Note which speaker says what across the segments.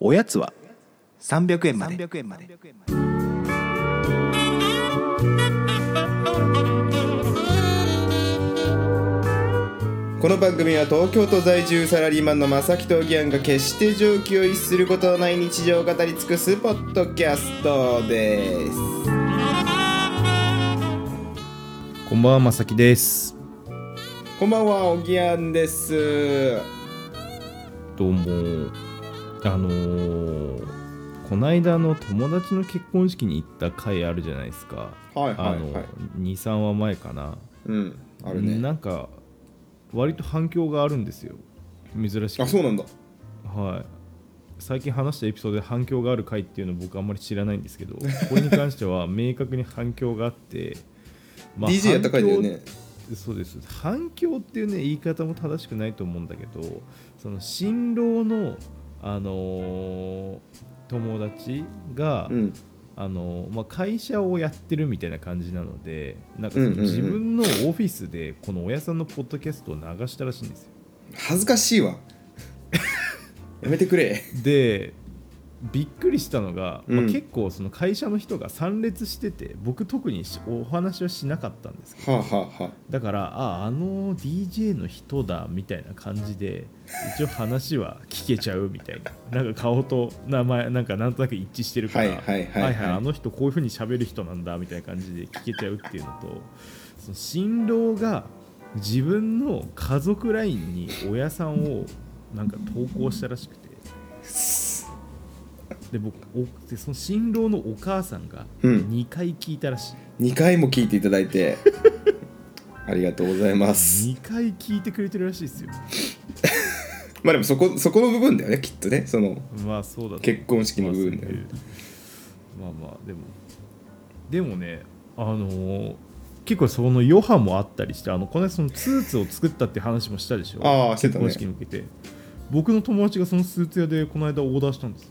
Speaker 1: おやつは
Speaker 2: 300円まで
Speaker 3: 300円まで
Speaker 4: この番組は東京都在住サラリーマンの正木とおぎやんが決して常軌を逸することのない日常を語り尽くすポッドキャストです
Speaker 1: こんばんはまさきです
Speaker 4: こんばんはおぎやんです
Speaker 1: どうもあのー、こないだの友達の結婚式に行った回あるじゃないですか
Speaker 4: はいはい
Speaker 1: あ
Speaker 4: は
Speaker 1: の
Speaker 4: い
Speaker 1: 23話前かな
Speaker 4: うんあるね
Speaker 1: なんか割と反響があるんですよ珍しく
Speaker 4: あそうなんだ
Speaker 1: はい最近話したエピソードで反響がある回っていうの僕あんまり知らないんですけどこれに関しては明確に反響があって、 まあ
Speaker 4: DJ やった回だよね
Speaker 1: そうです反響っていうね言い方も正しくないと思うんだけどその新郎のあのー友達が、
Speaker 4: うん
Speaker 1: あのーまあ、会社をやってるみたいな感じなのでなんかその
Speaker 4: うんうんうん
Speaker 1: 自分のオフィスでこの親さんのポッドキャストを流したらしいんですよ
Speaker 4: 恥ずかしい わやめてくれ
Speaker 1: でびっくりしたのが、まあ
Speaker 4: うん
Speaker 1: 結構その会社の人が参列してて僕特にしお話はしなかったんです
Speaker 4: はあ、はあはあ、
Speaker 1: だからああの DJ の人だみたいな感じで一応話は聞けちゃうみたいななんか顔と名前なんかなんとなく一致してるから
Speaker 4: はいはいはいはい
Speaker 1: あの人こういう風に喋る人なんだみたいな感じで聞けちゃうっていうのとその新郎が自分の家族 LINE に親さんをなんか投稿したらしくてで僕おでその新郎のお母さんが
Speaker 4: うん
Speaker 1: 2回聞いたらしい。
Speaker 4: 2回も聞いていただいてありがとうございます
Speaker 1: 2回聞いてくれてるらしいですよ
Speaker 4: まあでもそこそこの部分だよねきっとねその
Speaker 1: まあそうだと思う
Speaker 4: 結婚式の部分だよね
Speaker 1: まあそういうまあまあでもでもねあのー結構その余波もあったりしてあのこの間そのスーツを作ったって話もしたでしょ
Speaker 4: ああしてたね
Speaker 1: 結婚式に向けて僕の友達がそのスーツ屋でこの間オーダーしたんです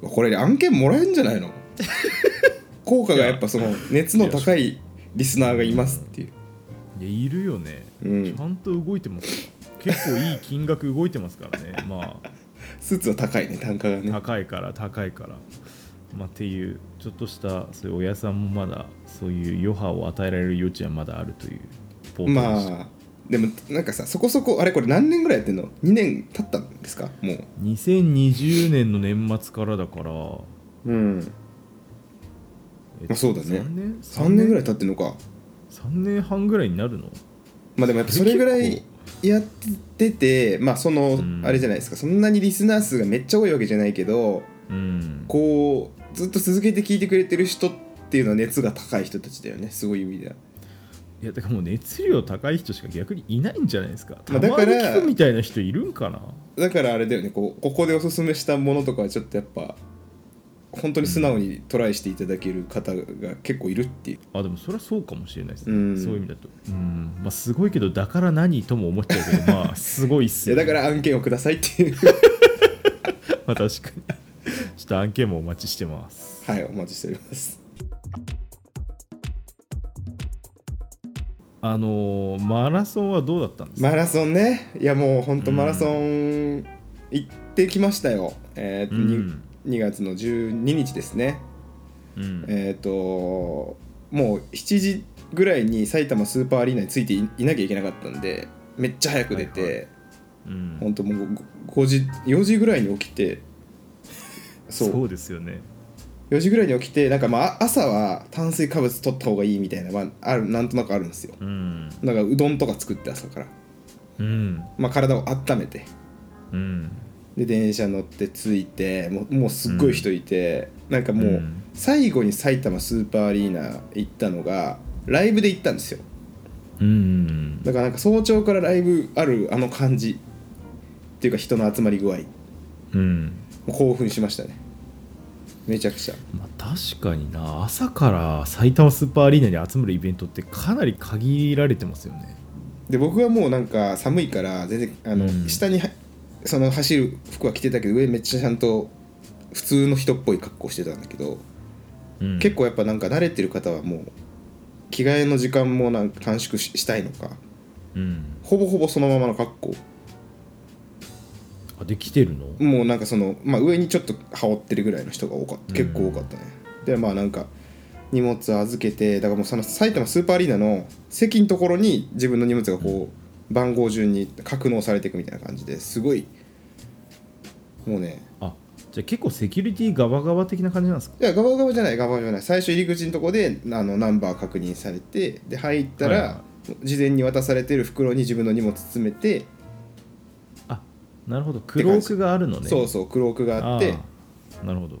Speaker 1: よ
Speaker 4: これ案件もらえるんじゃない の効果がやっぱその熱の高いリスナーがいますっていう
Speaker 1: いやいるよね、
Speaker 4: うん
Speaker 1: ちゃんと動いてますよ結構いい金額動いてますからねまあ
Speaker 4: スーツは高いね単価がね
Speaker 1: 高いから高いから、まあ、っていうちょっとしたそういう親さんもまだそういう余波を与えられる余地はまだあるというポートでした、
Speaker 4: まあでもなんかさそこそこあれこれ何年ぐらいやってんの2年経ったんですかもう
Speaker 1: 2020年の年末からだから、
Speaker 4: うん
Speaker 1: え
Speaker 4: まあそうだね
Speaker 1: 3年
Speaker 4: 3年ぐらい
Speaker 1: い
Speaker 4: 経ってんのか
Speaker 1: 3年半ぐらいになるの
Speaker 4: まあでもやっぱそれぐら
Speaker 1: 結
Speaker 4: いやっててまあその、
Speaker 1: うん
Speaker 4: あれじゃないですかそんなにリスナー数がめっちゃ多いわけじゃないけど
Speaker 1: うん
Speaker 4: こうずっと続けて聞いてくれてる人っていうのは熱が高い人たちだよねすごい意味では。
Speaker 1: いやだからもう熱量高い人しか逆にいないんじゃないですかた
Speaker 4: まあ
Speaker 1: まに
Speaker 4: だから
Speaker 1: 聞くみたいな人いるんかな
Speaker 4: だからあれだよねこうここでおすすめしたものとかはちょっとやっぱ本当に素直にトライしていただける方が結構いるっていう
Speaker 1: あでもそれはそうかもしれないですね、
Speaker 4: うん
Speaker 1: そういう意味だとうんまあすごいけどだから何とも思っちゃうけどまあすごいっ
Speaker 4: い
Speaker 1: す
Speaker 4: や
Speaker 1: よ、ね、
Speaker 4: だから案件をくださいって いう
Speaker 1: まあ確かに。ちょっと案件もお待ちしてます。
Speaker 4: はいお待ちしております
Speaker 1: あのーマラソンはどうだったんですか、
Speaker 4: マラソンねいやもう本当マラソン行ってきましたよ、えーと
Speaker 1: うん
Speaker 4: 2, 月の12日ですね
Speaker 1: うん
Speaker 4: えっ、ともう7時ぐらいに埼玉スーパーアリーナについていいなきゃいけなかったんでめっちゃ早く出て、
Speaker 1: はいはうん
Speaker 4: 本当もう5時4時ぐらいに起きて
Speaker 1: そう
Speaker 4: そう
Speaker 1: ですよね。
Speaker 4: 4時ぐらいに起きてなんかまああ朝は炭水化物取った方がいいみたいな、まあ、あるなんとなくあるんですよ
Speaker 1: うん。
Speaker 4: なんかうどんとか作って朝から、
Speaker 1: うん。
Speaker 4: まあ、体を温めて
Speaker 1: うん。
Speaker 4: で電車乗って着いてもうもうすっごい人いて、なんかもう、
Speaker 1: うん
Speaker 4: 最後に埼玉スーパーアリーナ行ったのがライブで行ったんですよ
Speaker 1: うん。
Speaker 4: だからなんか早朝からライブあるあの感じっていうか人の集まり具合も
Speaker 1: うん。
Speaker 4: う興奮しましたねめちゃくちゃ
Speaker 1: まあ確かにな、朝から埼玉スーパーアリーナに集まるイベントってかなり限られてますよね。
Speaker 4: で僕はもうなんか寒いから全然あの、
Speaker 1: うん
Speaker 4: 下にはその走る服は着てたけど上めっちゃちゃんと普通の人っぽい格好してたんだけど、
Speaker 1: うん、
Speaker 4: 結構やっぱなんか慣れてる方はもう着替えの時間もなんか短縮ししたいのか
Speaker 1: うん。
Speaker 4: ほぼほぼそのままの格好
Speaker 1: あできてるの
Speaker 4: もうなんかその、まあ、上にちょっと羽織ってるぐらいの人が多かった結構多かったね、でまあなんか荷物預けてだからもうその埼玉スーパーアリーナの席のところに自分の荷物がこう番号順に格納されていくみたいな感じですごいもうね
Speaker 1: あじゃあ結構セキュリティガバガバ的な感じなんですか
Speaker 4: いやガバガバじゃないガバガバじゃない最初入り口のとこであのナンバー確認されてで入った
Speaker 1: はいは
Speaker 4: ら事前に渡されてる袋に自分の荷物詰めて、
Speaker 1: あなるほどクロークがあるのね
Speaker 4: そうそうクロークがあって
Speaker 1: あーなるほど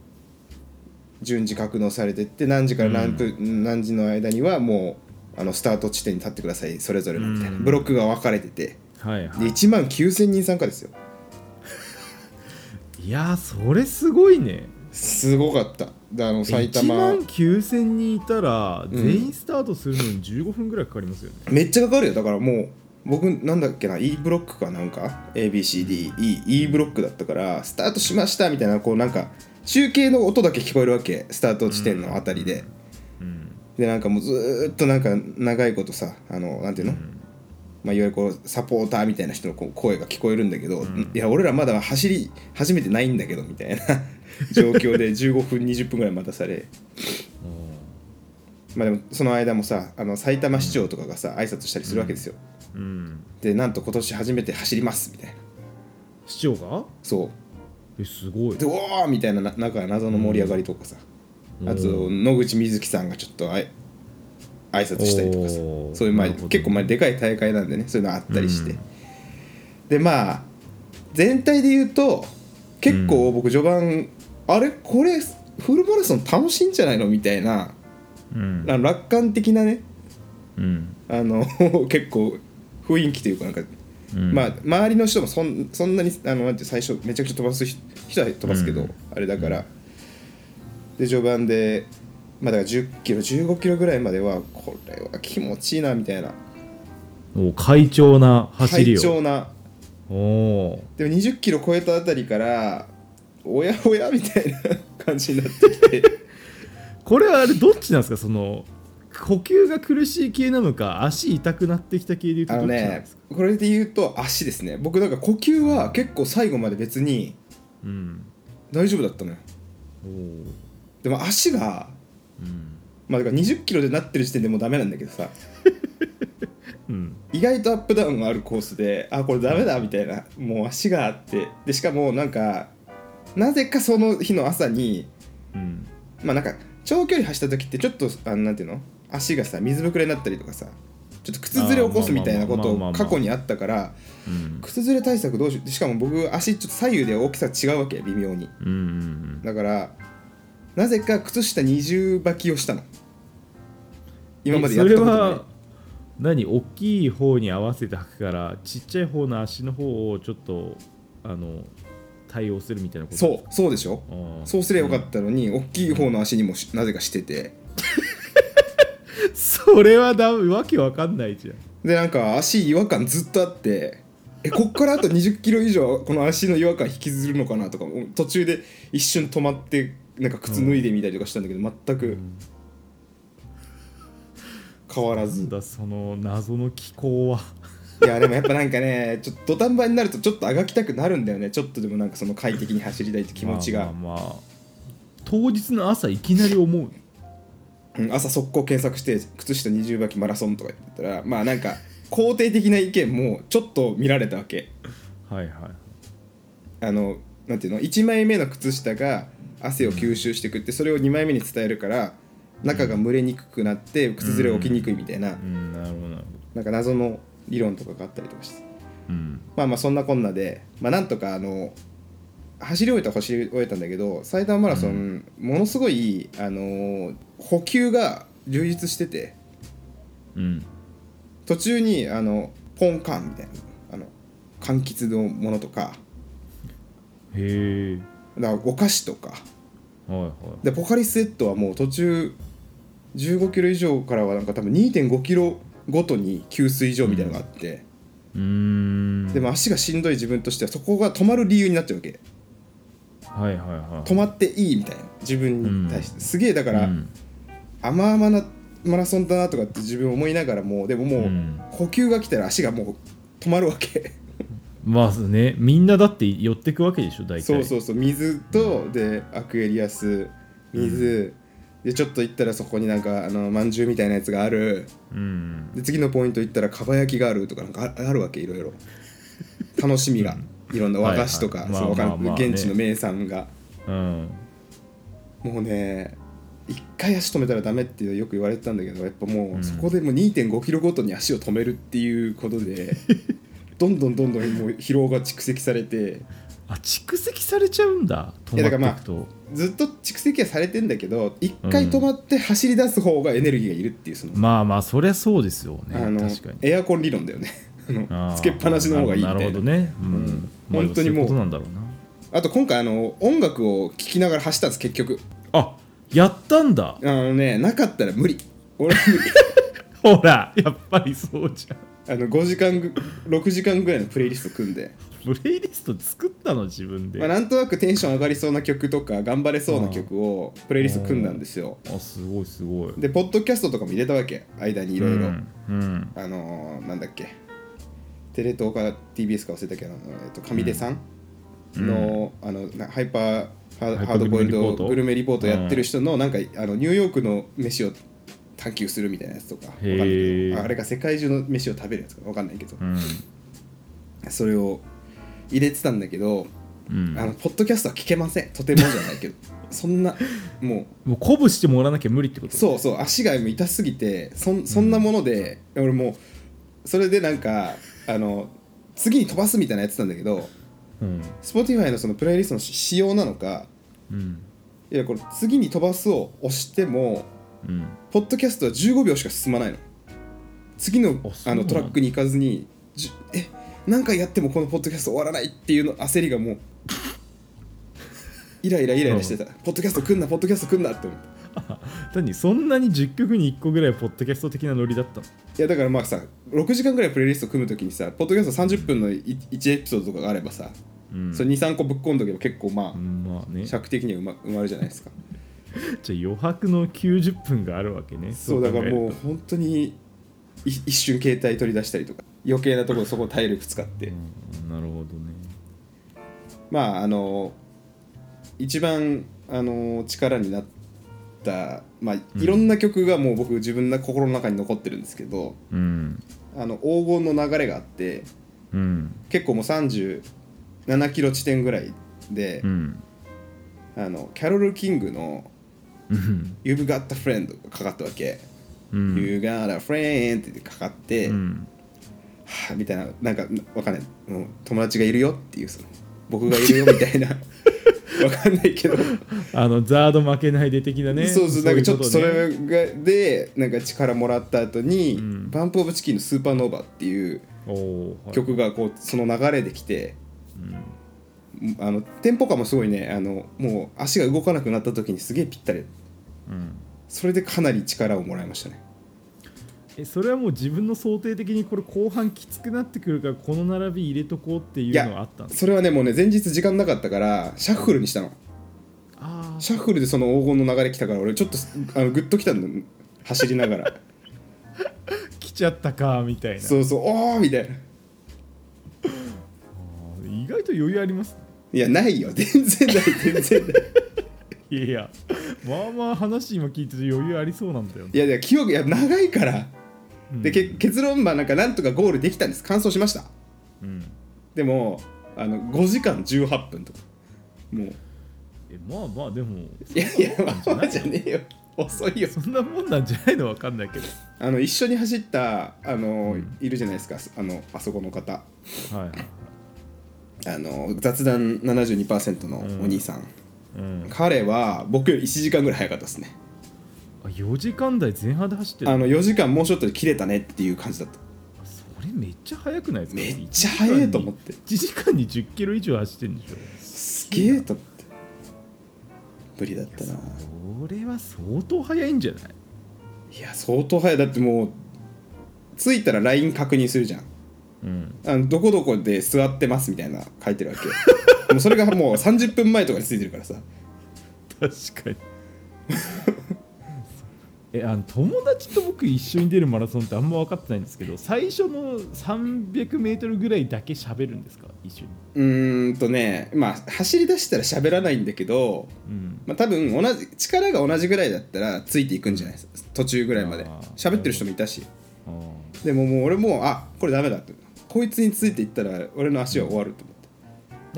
Speaker 4: 順次格納されてって何時から何分、何時の間にはもうあのスタート地点に立ってくださいそれぞれのみたいな、
Speaker 1: うん
Speaker 4: ブロックが分かれてて
Speaker 1: はい
Speaker 4: で
Speaker 1: は
Speaker 4: 1万9000人参加ですよ
Speaker 1: いいやーそれすごいね
Speaker 4: すごかったであの埼
Speaker 1: 1
Speaker 4: 玉
Speaker 1: 万9000人いたら
Speaker 4: ん
Speaker 1: 全員スタートするのに15分ぐらいかかりますよね、
Speaker 4: めっちゃかかるよだからもう僕なんだっけな E ブロックかなんか ABCDEE ブロックだったからスタートしましたみたいなこうなんか中継の音だけ聞こえるわけスタート地点のあたりで、
Speaker 1: うん
Speaker 4: でなんかもうずーっとなんか長いことさあのなんていうの、まあ、いわゆるこうサポーターみたいな人のこう声が聞こえるんだけど、
Speaker 1: ん
Speaker 4: いや俺らまだ走り始めてないんだけどみたいな 状況で15分20分ぐらい待たされまあでもその間もさあの埼玉市長とかがさ挨拶したりするわけですよ、
Speaker 1: うんうん
Speaker 4: でなんと今年初めて走りますみたいな
Speaker 1: 市長が
Speaker 4: そ
Speaker 1: えすごいう
Speaker 4: で「おー!」みたいなななんか謎の盛り上がりとかさ、
Speaker 1: うん
Speaker 4: あと野口みずきさんがちょっとあい挨拶したりとかさ
Speaker 1: おー
Speaker 4: そういうまあ
Speaker 1: なるほど
Speaker 4: 結構まあでかい大会なんでねそういうのあったりして、
Speaker 1: うん
Speaker 4: でまあ全体で言うと結構僕序盤、あれこれフルマラソン楽しいんじゃないのみたいな
Speaker 1: うん
Speaker 4: あの楽観的なね
Speaker 1: うん
Speaker 4: あの 結構雰囲気というかなんか、
Speaker 1: うん
Speaker 4: まあ周りの人もそんそんなにあのなんていう最初めちゃくちゃ飛ばす人人は飛ばすけど、
Speaker 1: うん
Speaker 4: あれだからで序盤でまあだから1 0キロ1 5キロぐらいまではこれは気持ちいいなみたいな
Speaker 1: お快調な走り
Speaker 4: 快
Speaker 1: を
Speaker 4: 調な
Speaker 1: おお
Speaker 4: でも2 0キロ超えたあたりからおや おやみたいな感じになってき て
Speaker 1: ーこれはあれどっちなんですかその呼吸が苦しい系なのか足痛くなってきた系でいうと
Speaker 4: あ
Speaker 1: どっ
Speaker 4: の
Speaker 1: ちなんで
Speaker 4: ね
Speaker 1: すか、
Speaker 4: これで言うと足ですね僕だから呼吸は結構最後まで別に
Speaker 1: うん
Speaker 4: 大丈夫だったのよ
Speaker 1: おー
Speaker 4: でも足が
Speaker 1: うん
Speaker 4: まあだから2 0キロでなってる時点でもうダメなんだけどさ
Speaker 1: うん
Speaker 4: 意外とアップダウンがあるコースであこれダメだみたいなもう足があってでしかもなんかなぜかその日の朝に
Speaker 1: うん
Speaker 4: まあなんか長距離走った時ってちょっとあのなんていうの足がさ水ぶくれになったりとかさちょっと靴ずれ起こすみたいなこと
Speaker 1: あーまあまあまあまあ
Speaker 4: を過去にあったから
Speaker 1: うん
Speaker 4: 靴ずれ対策どうしようしかも僕足ちょっと左右で大きさ違うわけ微妙に
Speaker 1: うんうん
Speaker 4: だからなぜか靴下二重履きをしたの今までやったこと
Speaker 1: それ
Speaker 4: ない
Speaker 1: は何大きい方に合わせて履くからちっちゃい方の足の方をちょっとあの対応するみたいなこと
Speaker 4: そうそうでしょ
Speaker 1: あー
Speaker 4: そうすればよかったのに、大きい方の足にもしなぜかしてて
Speaker 1: それはだわけわかんないじゃん
Speaker 4: でなんか足違和感ずっとあってえこっからあと2 0キロ以上この足の違和感引きずるのかなとかもう途中で一瞬止まってなんか靴脱いでみたりとかしたんだけど全く変わら
Speaker 1: な
Speaker 4: ず
Speaker 1: んだその謎の気候はい
Speaker 4: やでもやっぱなんかねちょっと土壇場になるとちょっとあがきたくなるんだよねちょっとでもなんかその快適に走りたいって気持ちが、
Speaker 1: まあまあまあ当日の朝いきなり思う
Speaker 4: うん朝速攻検索して靴下二重履きマラソンとか言ってたらまあなんか肯定的な意見もちょっと見られたわけ
Speaker 1: はいはい
Speaker 4: あのなんていうの1枚目の靴下が汗を吸収してくってそれを2枚目に伝えるから中が蒸れにくくなって靴ずれ起きにくいみたいな
Speaker 1: うんなるほどなるほど
Speaker 4: なんか謎の理論とかがあったりとかして
Speaker 1: うん
Speaker 4: まあまあそんなこんなでまあなんとかあの走り終えた走り終えたんだけど埼玉マラソンものすごいあの補給が充実してて
Speaker 1: うん
Speaker 4: 途中にあのポンカンみたいなあの柑橘のものとか
Speaker 1: へえ
Speaker 4: だからお菓子とか
Speaker 1: はいはい
Speaker 4: でポカリスエットはもう途中15キロ以上からはなんか多分2.5キロごとに給水所みたいなのがあって、
Speaker 1: うーん
Speaker 4: でも足がしんどい自分としてはそこが止まる理由になっちゃうわけ
Speaker 1: はいはいはい
Speaker 4: 止まっていいみたいな自分に対して、すげえだから、
Speaker 1: うん
Speaker 4: 甘々なマラソンだなとかって自分思いながらもでももう、
Speaker 1: うん
Speaker 4: 呼吸が来たら足がもう止まるわけ
Speaker 1: まあねみんなだって寄ってくわけでしょ大体
Speaker 4: そうそうそう水とでアクエリアス水、でちょっと行ったらそこになんかあのまんじゅうみたいなやつがある
Speaker 1: うん
Speaker 4: で次のポイント行ったらかば焼きがあるとかなんかああるわけいろいろ楽しみがいろんな和菓子とか
Speaker 1: はいはい
Speaker 4: そのわかん
Speaker 1: まあまあまあね
Speaker 4: 現地の名産が
Speaker 1: うん
Speaker 4: もうね一回足止めたらダメってよく言われてたんだけどやっぱも
Speaker 1: うん
Speaker 4: うそこでもう2 5キロごとに足を止めるっていうこと でどんどんどんどんもう疲労が蓄積されて
Speaker 1: あ蓄積されちゃうんだ
Speaker 4: いやだ
Speaker 1: 止
Speaker 4: から
Speaker 1: ま
Speaker 4: まあ
Speaker 1: っていくと、
Speaker 4: ずっと蓄積はされてんだけど一回止まって走り出す方がエネルギーがいるっていうその,、
Speaker 1: まあまあそりゃそうですよね
Speaker 4: あの
Speaker 1: 確かに
Speaker 4: エアコン理論だよねあの
Speaker 1: あー
Speaker 4: つけっぱなしの方がいいみたい
Speaker 1: な
Speaker 4: な
Speaker 1: るほどね、うん
Speaker 4: うん
Speaker 1: まあ
Speaker 4: 本当にもう
Speaker 1: そういうことなんだろうな
Speaker 4: あと今回あの音楽を聴きながら走ったんです結局
Speaker 1: あやったんだ
Speaker 4: あのねなかったら無理俺 は無理
Speaker 1: ほらやっぱりそうじゃん
Speaker 4: あの5時間ぐ6時間ぐらいのプレイリスト組んで、
Speaker 1: プレイリスト作ったの自分で、
Speaker 4: まあ、なんとなくテンション上がりそうな曲とか頑張れそうな曲をプレイリスト組んだんですよ
Speaker 1: あすごいすごい
Speaker 4: でポッドキャストとかも入れたわけ間にいろいろ
Speaker 1: うん、うん
Speaker 4: あのーなんだっけテレ東か TBS か忘れたけど、えっと、上出さんの,、あのなハイパーハ
Speaker 1: ハイパー
Speaker 4: ハードボイル
Speaker 1: グルメリポート
Speaker 4: ドグルメリポートやってる人の、なんかあのニューヨークの飯を探求するみたいなやつとかわかんない
Speaker 1: へ
Speaker 4: け
Speaker 1: ー
Speaker 4: どああれか世界中の飯を食べるやつかわかんないけど、
Speaker 1: うん
Speaker 4: それを入れてたんだけど、
Speaker 1: うん
Speaker 4: あのポッドキャストは聞けませんとてもじゃないけどそんなもう
Speaker 1: もう鼓舞してもらわなきゃ無理ってこと
Speaker 4: そうそう足がもう痛すぎてそんそんなもので、俺もうそれでなんかあの次に飛ばすみたいなやつなんだけど
Speaker 1: う、うん
Speaker 4: Spotify のそのプレイリストの仕様なのか
Speaker 1: うん
Speaker 4: いやこれ次に飛ばすを押しても
Speaker 1: うん、
Speaker 4: ポッドキャストは15秒しか進まないの次の
Speaker 1: あそう
Speaker 4: あ
Speaker 1: な
Speaker 4: の
Speaker 1: んだ
Speaker 4: トラックに行かずにじゅえ何回やってもこのポッドキャスト終わらないっていうの焦りがもうイライライライラしてた、ポッドキャスト来んなポッドキャスト来んなって思って
Speaker 1: 何そんなに10曲に1個ぐらいポッドキャスト的なノリだったの
Speaker 4: いやだからまあさ6時間ぐらいプレイリスト組むときにさポッドキャスト30分の1エピソードとかがあればさ、
Speaker 1: うん
Speaker 4: それ23個ぶっ込んどけば結構まあ、
Speaker 1: うんまあねじゃあ
Speaker 4: 尺的にはうま埋まるじゃないですか
Speaker 1: 余白の90分があるわけね
Speaker 4: そうだからもう本当にい一瞬携帯取り出したりとか余計なところそこ体力使って、
Speaker 1: 考えるとうんなるほどね
Speaker 4: まああの一番あの力になったまあいろんな曲がもう僕自分の心の中に残ってるんですけど、
Speaker 1: うん
Speaker 4: あの黄金の流れがあって
Speaker 1: うん
Speaker 4: 結構もう37キロ地点ぐらいで、
Speaker 1: うん
Speaker 4: あのキャロル・キングの
Speaker 1: うん
Speaker 4: 「You've Got a Friend」がかかったわけ「
Speaker 1: うん
Speaker 4: You Got a Friend」ってかかって、
Speaker 1: うん
Speaker 4: はあみたいななんかわかんないもう友達がいるよっていうその僕がいるよみた いなわかんないけど、
Speaker 1: あのザード負けないで的なね
Speaker 4: そうそうなんかちょっとそ
Speaker 1: いうこ
Speaker 4: れがでなんか力もらった後に、
Speaker 1: うん
Speaker 4: バンプ・オブ・チキンの「スーパーノーバー」っていう
Speaker 1: とねおーはい
Speaker 4: 曲がこうその流れできて。
Speaker 1: うん
Speaker 4: あのテンポ感もすごいねあのもう足が動かなくなった時にすげえぴったり
Speaker 1: うん
Speaker 4: それでかなり力をもらいましたね
Speaker 1: えそれはもう自分の想定的にこれ後半きつくなってくるからこの並び入れとこうっていうのはあったんです
Speaker 4: それはねもうね前日時間なかったからシャッフルにしたの
Speaker 1: ああ
Speaker 4: シャッフルでその黄金の流れ来たから俺ちょっとあのグッときたんだよ走りなが ら
Speaker 1: 来ちゃったかみたいな
Speaker 4: そうそうおーみたいな
Speaker 1: あー意外と余裕ありますね
Speaker 4: いやないよ全然ない全然ない
Speaker 1: いやいやまあまあ話今聞いてて余裕ありそうなんだよね
Speaker 4: いやいや記憶いや長いから
Speaker 1: うん
Speaker 4: でけ結論はなんかなんとかゴールできたんです完走しました
Speaker 1: うん
Speaker 4: でもあの5時間18分とかもう
Speaker 1: えまあまあでも
Speaker 4: いやいやまあまあじゃねえよ遅いよ
Speaker 1: そんなもんなんじゃないのわかんないけど
Speaker 4: あの一緒に走ったあの、
Speaker 1: うん
Speaker 4: いるじゃないですかあのあそこの方
Speaker 1: はい
Speaker 4: あの雑談72%のお兄さん、
Speaker 1: うん、
Speaker 4: 彼は僕より1時間ぐらい早かったですね
Speaker 1: あ4時間台前半で走ってる
Speaker 4: あの4時間もうちょっとで切れたねっていう感じだった
Speaker 1: それめっちゃ速くないですか
Speaker 4: めっちゃ速いと思って
Speaker 1: 1時間に1 0キロ以上走ってるんでしょ
Speaker 4: すげえと思って無理だったない
Speaker 1: それは相当速いんじゃない
Speaker 4: や相当速いだってもう着いたら LINE 確認するじゃん
Speaker 1: うん
Speaker 4: あのどこどこで座ってますみたいな書いてるわ けもうそれがもう30分前とかについてるからさ
Speaker 1: 確かに えあの友達と僕一緒に出るマラソンってあんま分かってないんですけど最初の 300m ぐらいだけ喋るんですか一緒に、
Speaker 4: うーんとねまあ走り出したら喋らないんだけど、
Speaker 1: うん、
Speaker 4: まあ、多分同じ力が同じぐらいだったらついていくんじゃないですか途中ぐらいまで
Speaker 1: あー
Speaker 4: 喋ってる人もいたし
Speaker 1: あー
Speaker 4: でももう俺もうあこれダメだってこいつについていったら俺の足は終わると思って、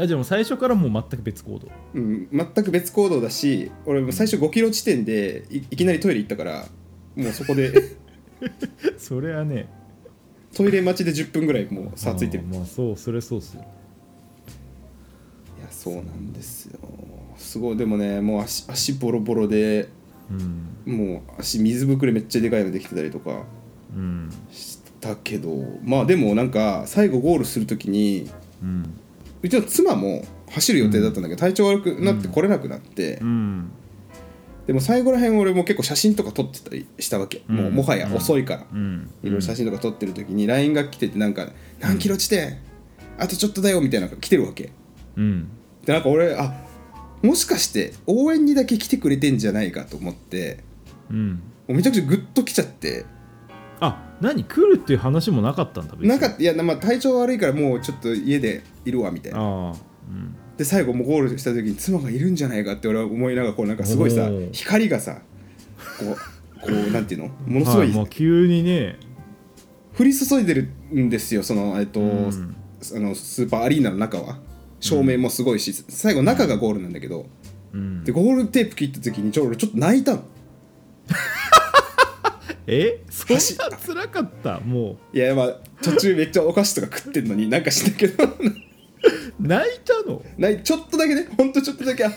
Speaker 1: あじゃあもう最初からもう全く別行動
Speaker 4: うん、全く別行動だし俺も最初5キロ地点でいいきなりトイレ行ったからもうそこで
Speaker 1: それはね
Speaker 4: トイレ待ちで10分ぐらいもう差ついてる
Speaker 1: あーまあそうそれそうっすよ
Speaker 4: いやそうなんですよすごいでもねもう足足ボロボロで
Speaker 1: うん
Speaker 4: もう足水ぶくれめっちゃでかいのできてたりとか
Speaker 1: うん
Speaker 4: したけどまあでもなんか最後ゴールするときに
Speaker 1: うん
Speaker 4: うちの妻も走る予定だったんだけど体調悪くなって来れなくなって、
Speaker 1: うん
Speaker 4: でも最後らへん俺も結構写真とか撮ってたりしたわけ、
Speaker 1: うん
Speaker 4: もうもはや遅いから、
Speaker 1: うん
Speaker 4: いろいろ写真とか撮ってる時に LINE が来ててなんか「何キロ地点あとちょっとだよ」みたいなのが来てるわけ
Speaker 1: うん
Speaker 4: でなんか俺あもしかして応援にだけ来てくれてんじゃないかと思って
Speaker 1: うん
Speaker 4: もうめちゃくちゃグッと来ちゃって
Speaker 1: あ何来るっていう話もなかったんだ別に
Speaker 4: なんかいやまあ体調悪いからもうちょっと家でいるわみたいな
Speaker 1: ああうん
Speaker 4: で最後もうゴールした時に妻がいるんじゃないかって俺は思いながらこうなんかすごいさ
Speaker 1: おー
Speaker 4: 光がさこうこうなんていうのものすごい
Speaker 1: はもう急にね
Speaker 4: 降り注いでるんですよその,、えっと
Speaker 1: うん
Speaker 4: あのスーパーアリーナの中は照明もすごいし、最後中がゴールなんだけど、
Speaker 1: うん
Speaker 4: でゴールテープ切った時にちょ俺ちょっと泣いたの
Speaker 1: えそんな辛かったも
Speaker 4: いやまあ途中めっちゃお菓子とか食ってんのになんかしたけど
Speaker 1: う泣いたの
Speaker 4: ないちょっとだけねほんとちょっとだけあ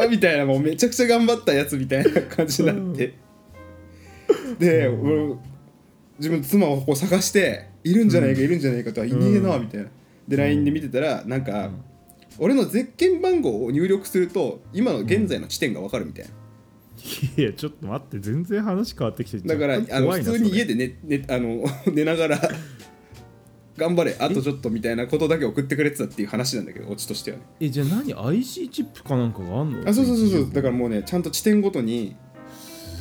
Speaker 4: あみたいなもうめちゃくちゃ頑張ったやつみたいな感じになって、で、俺自分の妻をこう探しているんじゃないか、いるんじゃないかとはいねえな、みたいなで LINE で見てたらなんか、
Speaker 1: ん
Speaker 4: 俺のゼッケン番号を入力すると今の現在の地点がわかるみたいな、
Speaker 1: いやちょっと待って全然話変わってきて
Speaker 4: だからあの普通に家
Speaker 1: で
Speaker 4: で寝寝あの 寝ながら頑張れあとちょっとみたいなことだけ送ってくれてたっていう話なんだけどオチとしてはね
Speaker 1: えじゃあ何 IC チップかなんかがあんの
Speaker 4: あそうそうそうそうだからもうねちゃんと地点ごとに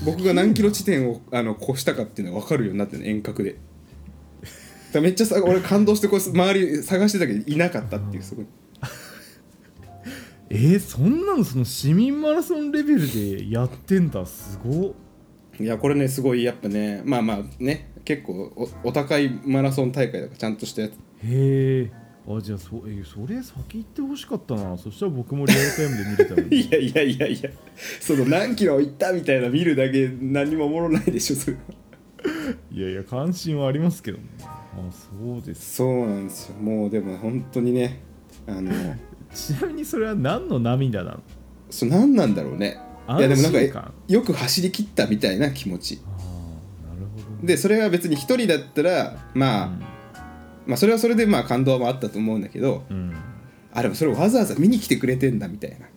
Speaker 4: 僕が何キロ地点をあの越したかっていうのが分かるようになってね遠隔でだからめっちゃさ俺感動してこう周り探してたけどいなかったっていうすごい
Speaker 1: えー、そんなのその市民マラソンレベルでやってんだすごっ
Speaker 4: いやこれねすごいやっぱねまあまあね結構おお高いマラソン大会だからちゃんとしたやつ
Speaker 1: へえあじゃあそ,、えそれ先行ってほしかったなそしたら僕もリアルタイムで見れたの に
Speaker 4: いやいやいやいやその何キロ行ったみたいな見るだけ何もおもろないでしょそれはい
Speaker 1: やいや関心はありますけどねあそうです
Speaker 4: そうなんですよもうでも本当にねあ の
Speaker 1: ちなみにそれは何の涙なの
Speaker 4: それ何なんだろうねいやでもなんか
Speaker 1: 安心感
Speaker 4: よく走り切ったみたいな気持ち
Speaker 1: ああなるほどね
Speaker 4: でそれは別に一人だったらまあ、まあそれはそれでまあ感動もあったと思うんだけど
Speaker 1: うん、うん
Speaker 4: あでもそれをわざわざ見に来てくれてんだみたいな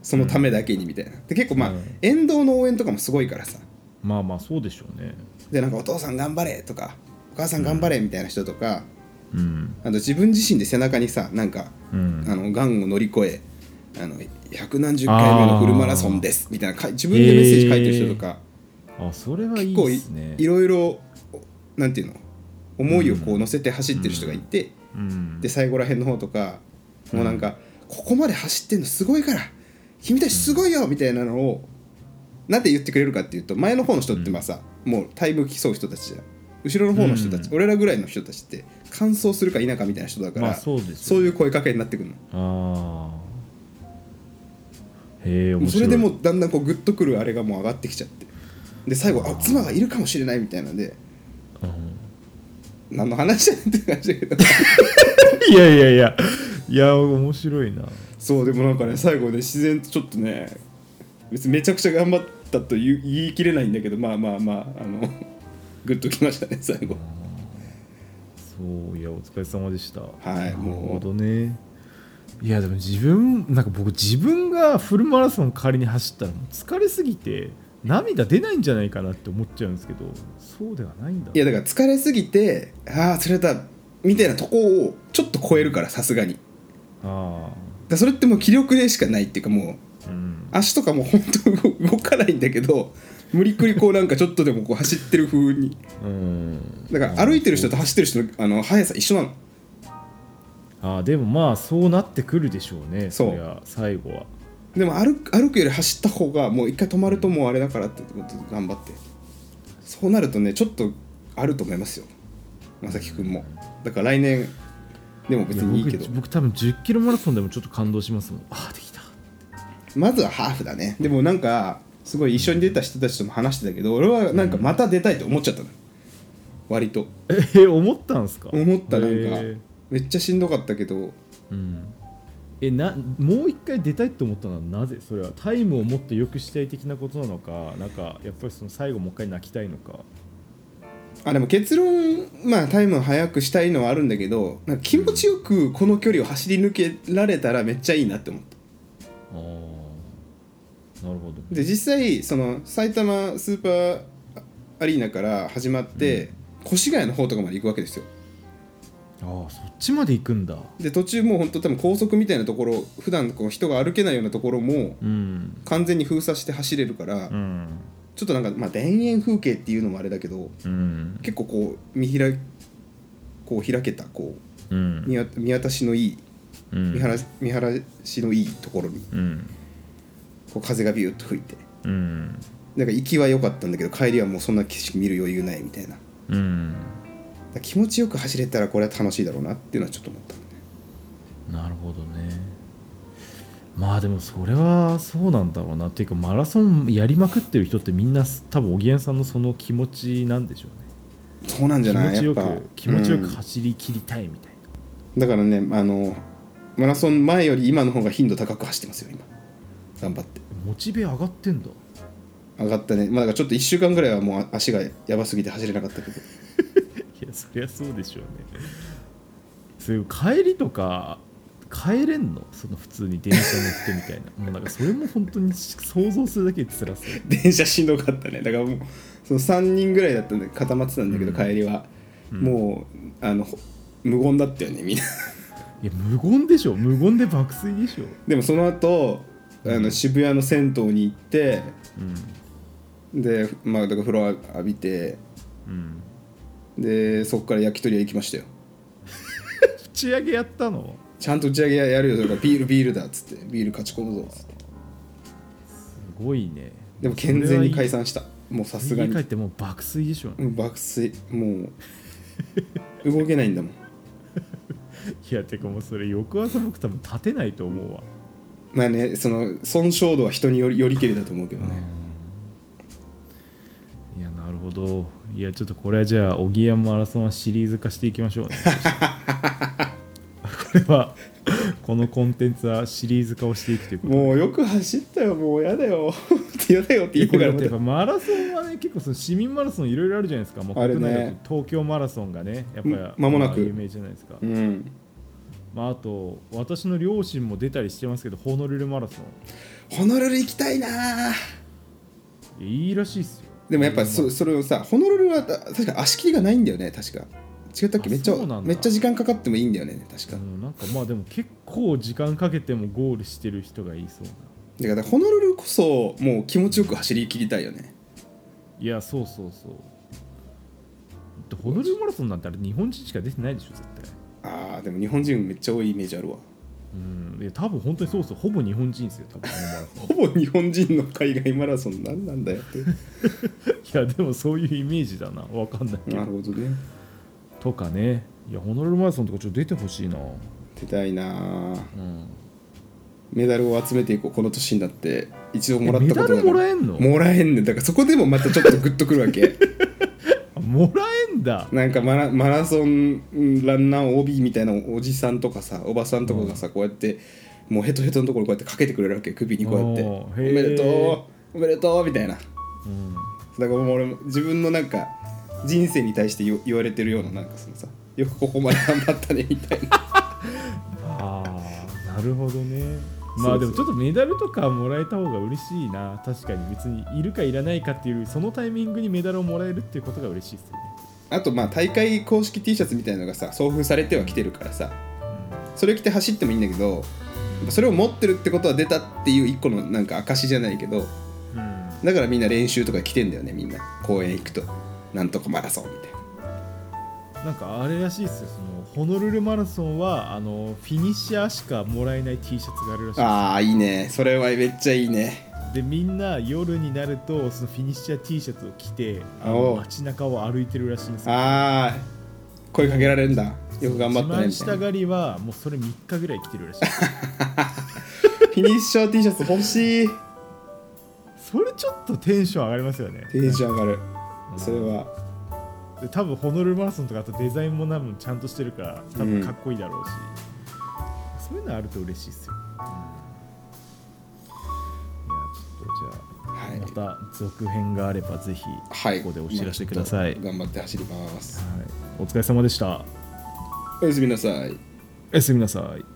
Speaker 4: そのためだけにみたいなで結構まあ、
Speaker 1: うん
Speaker 4: 沿道の応援とかもすごいからさ
Speaker 1: まあまあそうでしょうね
Speaker 4: でなんか「お父さん頑張れ」とか「お母さん頑張れ」みたいな人とか、
Speaker 1: うん
Speaker 4: あと自分自身で背中にさなんか、
Speaker 1: うん
Speaker 4: あのがんを乗り越えあの百何十回目のフルマラソンですみたいなか自分でメッセージ書いてる人とか、
Speaker 1: あそれはい
Speaker 4: 結
Speaker 1: い
Speaker 4: 構い
Speaker 1: ですね
Speaker 4: いろいろなんていうの思いをこう乗せて走ってる人がいて、
Speaker 1: うん
Speaker 4: で最後らへんの方とか、もうなんかここまで走ってんのすごいから君たちすごいよみたいなのをなんで言ってくれるかっていうと前の方の人ってまあさ、もうタイム競う人たちじゃん後ろの方の人たち、
Speaker 1: うん
Speaker 4: 俺らぐらいの人たちって完走するか否かみたいな人だから、
Speaker 1: まあそうですよね
Speaker 4: そういう声かけになってくるの
Speaker 1: ああへえ面白
Speaker 4: それ
Speaker 1: い
Speaker 4: でもうだんだんこうグッとくるあれがもう上がってきちゃってで最後あ妻がいるかもしれないみたいなんで
Speaker 1: うん
Speaker 4: 何の話やねんって感じだけど
Speaker 1: いやいやいやいや面白いな
Speaker 4: そうでもなんかね最後ね自然とちょっとね別にめちゃくちゃ頑張ったと言う言い切れないんだけどまあまあまああの グッときましたね最後
Speaker 1: そういやお疲れ様でした
Speaker 4: はい
Speaker 1: なる
Speaker 4: もう
Speaker 1: ほどねいやでも自分なんか僕自分がフルマラソン仮に走ったらもう疲れすぎて涙出ないんじゃないかなって思っちゃうんですけどそうではないんだ
Speaker 4: いやだから疲れすぎてああ疲れたみたいなとこをちょっと超えるからさすがにだか
Speaker 1: あ
Speaker 4: らそれってもう気力でしかないっていうかもう
Speaker 1: あうん
Speaker 4: 足とかもう本当動動かないんだけど無理くりこうなんかちょっとでもこう走ってる風に
Speaker 1: うん
Speaker 4: だから歩いてる人と走ってる人のあの速さ一緒なの
Speaker 1: あーでもまあそうなってくるでしょうね
Speaker 4: そう
Speaker 1: そりゃ最後は
Speaker 4: でも歩く歩くより走った方がもう一回止まるともうあれだからってことで頑張ってそうなるとねちょっとあると思いますよ正樹君もだから来年でも別にいいけど
Speaker 1: や僕僕多分1 0キロマラソンでもちょっと感動しますもんああできた
Speaker 4: まずはハーフだねでもなんかすごい一緒に出た人たちとも話してたけど俺はなんかまた出たいと思っちゃったの割と
Speaker 1: えー思ったんすか
Speaker 4: 思ったなん
Speaker 1: へ
Speaker 4: か
Speaker 1: ー
Speaker 4: めっちゃしんどかったけど
Speaker 1: うんえなもう一回出たいと思ったのはなぜそれはタイムをもっと良くしたい的なことなのかなんかやっぱりその最後もう一回泣きたいのか
Speaker 4: あでも結論まあタイムを速くしたいのはあるんだけどなんか気持ちよくこの距離を走り抜けられたらめっちゃいいなって思った
Speaker 1: ああなるほど
Speaker 4: で実際その埼玉スーパーアリーナから始まって、越谷の方とかまで行くわけですよ
Speaker 1: ああそっちまで行くんだ
Speaker 4: で途中もうほんと多分高速みたいなところ普段こう人が歩けないようなところも
Speaker 1: うん
Speaker 4: 完全に封鎖して走れるから、
Speaker 1: うん
Speaker 4: ちょっとなんか、まあ、田園風景っていうのもあれだけど
Speaker 1: うん
Speaker 4: 結構こう見開こう開けたこ
Speaker 1: う
Speaker 4: う見
Speaker 1: ん
Speaker 4: わ見渡しのいい
Speaker 1: うん
Speaker 4: 見晴らし見晴らしのいいところに
Speaker 1: うん
Speaker 4: こう風がビューッと吹いて
Speaker 1: うん
Speaker 4: なんか行きは良かったんだけど帰りはもうそんな景色見る余裕ないみたいな
Speaker 1: うん
Speaker 4: 気持ちよく走れたらこれは楽しいだろうなっていうのはちょっと思った
Speaker 1: なるほどねまあでもそれはそうなんだろうなっていうかマラソンやりまくってる人ってみんな多分おぎやんさんのその気持ちなんでしょうね
Speaker 4: そうなんじゃない
Speaker 1: 気持ちよ
Speaker 4: やっぱ
Speaker 1: く気持ちよく
Speaker 4: うん
Speaker 1: 走り切りたいみたい
Speaker 4: だからねあのマラソン前より今の方が頻度高く走ってますよ今頑張って
Speaker 1: な、モチベ上がってんだ
Speaker 4: 上がったねまあだからちょっと1週間ぐらいはもう足がやばすぎて走れなかったけど
Speaker 1: いやそりゃそうでしょうねそういう帰りとか帰れんのその普通に電車乗ってみたいなもうなんかそれも本当に想像するだけで辛そう
Speaker 4: 電車しんどかったねだからもうその3人ぐらいだったんで固まってたんだけど、
Speaker 1: うん
Speaker 4: 帰りは、
Speaker 1: うん
Speaker 4: もうあのほ無言だったよねみんな
Speaker 1: いや無言でしょ無言で爆睡でしょ
Speaker 4: でもその後あの渋谷の銭湯に行って
Speaker 1: うん
Speaker 4: でまあだから風呂浴びて
Speaker 1: うん
Speaker 4: でそこから焼き鳥屋行きましたよ
Speaker 1: 打ち上げやったの
Speaker 4: ちゃんと打ち上げやるよそれからビールビールだっつってビール勝ち込むぞっつって
Speaker 1: すごいね
Speaker 4: でも健全に解散したもうさす
Speaker 1: す
Speaker 4: が
Speaker 1: が
Speaker 4: に
Speaker 1: に帰ってもう爆睡でしょ
Speaker 4: うん爆睡もう動けないんだもん
Speaker 1: いやてかもうそれ翌朝僕多分立てないと思うわ
Speaker 4: まあねその損傷度は人によりよりけりだと思うけどね
Speaker 1: いやなるほどいやちょっとこれはじゃあおぎやマラソンはシリーズ化していきまし ょうねこれはこのコンテンツはシリーズ化をしていくということで
Speaker 4: もうよく走ったよもうやだよ やだよって
Speaker 1: い
Speaker 4: 言
Speaker 1: や
Speaker 4: いながら
Speaker 1: これだっ
Speaker 4: ま
Speaker 1: てやっぱ
Speaker 4: た
Speaker 1: マラソンはね結構その市民マラソンいろいろあるじゃないですかもう
Speaker 4: ある
Speaker 1: 国
Speaker 4: ね
Speaker 1: 内だと東京マラソンがねやっぱ
Speaker 4: うん間もなく
Speaker 1: 有名じゃないですか、
Speaker 4: うん
Speaker 1: まあ、あと私の両親も出たりしてますけどホノルルマラソ
Speaker 4: ホノルル行きたいなあ
Speaker 1: ンいいらしいっすよ
Speaker 4: でもやっぱそそれをさホノルルはた確か足切りがないんだよね確か違ったっけ
Speaker 1: あ
Speaker 4: めっちゃ
Speaker 1: そうなんだ
Speaker 4: めっちゃ時間かかってもいいんだよね確
Speaker 1: う
Speaker 4: か
Speaker 1: ん、なんかまあでも結構時間かけてもゴールしてる人がいそうな
Speaker 4: だからホノルルこそもう気持ちよく走り切りたいよね
Speaker 1: いやそうそうそうでホノルルマラソンなんてあれ日本人しか出てないでしょ絶対
Speaker 4: あーでも日本人めっちゃ多いイメージあるわ
Speaker 1: うんいや多分本当にそうそうほぼ日本人ですよ多分このマラ
Speaker 4: ほ
Speaker 1: ソ
Speaker 4: ぼ日本人の海外マラソンなんなんだよって
Speaker 1: ンいやでもそういうイメージだなわかんないけ ど
Speaker 4: なるほどね
Speaker 1: とかねいやホノルルマラソンとかちょっと出てほしいな
Speaker 4: 出たいなあ
Speaker 1: うん
Speaker 4: メダルを集めていこうこの年になって一度もらっ
Speaker 1: えメ
Speaker 4: た
Speaker 1: ダ
Speaker 4: こと
Speaker 1: ル
Speaker 4: が
Speaker 1: も
Speaker 4: な
Speaker 1: ら
Speaker 4: い
Speaker 1: えんの
Speaker 4: もらえんねんだからそこでもまたちょっとグッとくるわけ
Speaker 1: あもらえんだ
Speaker 4: なんかマラマラソンランナー OB みたいなおじさんとかさおばさんとかがさ、こうやってもうヘトヘトのところにこうやってかけてくれるわけ首にこうやって
Speaker 1: お
Speaker 4: お
Speaker 1: ーへー
Speaker 4: めでとうおめでとうみたいな
Speaker 1: うん
Speaker 4: だからもう俺も自分のなんか人生に対して言言われてるようななんかそのさよくここまで頑張ったねみたいな
Speaker 1: ああなるほどね
Speaker 4: そ
Speaker 1: ま
Speaker 4: うそ
Speaker 1: あ
Speaker 4: う
Speaker 1: でもちょっとメダルとかもらえた方が嬉しいな確かに別にいるかいらないかっていうそのタイミングにメダルをもらえるっていうことが嬉しいですよね
Speaker 4: あとまあ大会公式 T シャツみたいなのがさ送付されてはきてるからさそれ着て走ってもいいんだけどそれを持ってるってことは出たっていう一個のなんか証じゃないけど
Speaker 1: うん、うん
Speaker 4: だからみんな練習とか来てんだよねみんな公園行くとなんとかマラソンみたいな
Speaker 1: なんかあれらしいですよそのホノルルマラソンはあのフィニッシャーしかもらえない T シャツがあるらしい
Speaker 4: ああいいねそれはめっちゃいいね
Speaker 1: でみんな夜になるとそのフィニッシャー T シャツを着てあの
Speaker 4: おう
Speaker 1: 街中を歩いてるらしいんですよ
Speaker 4: ああ声かけられるんだよく頑張ったねみた
Speaker 1: 自慢
Speaker 4: い
Speaker 1: し
Speaker 4: な
Speaker 1: たがりはもうそれ3日ぐらい着 てるらしい
Speaker 4: フィニッシャー T シャツ欲しい
Speaker 1: それちょっとテンション上がりますよね
Speaker 4: テンション上がる
Speaker 1: うん
Speaker 4: それは
Speaker 1: で多分ホノルルマラソンとかあとデザインも多分ちゃんとしてるから多分かっこいいだろうし、そういうのあると嬉しいですよ、うんいやちょっとじゃあ
Speaker 4: はい
Speaker 1: また続編があればぜひ
Speaker 4: はい
Speaker 1: ここでお知らせください
Speaker 4: 今ちょっと頑張って走ります
Speaker 1: はいお疲れ様でした
Speaker 4: おやすみなさい
Speaker 1: おやすみなさい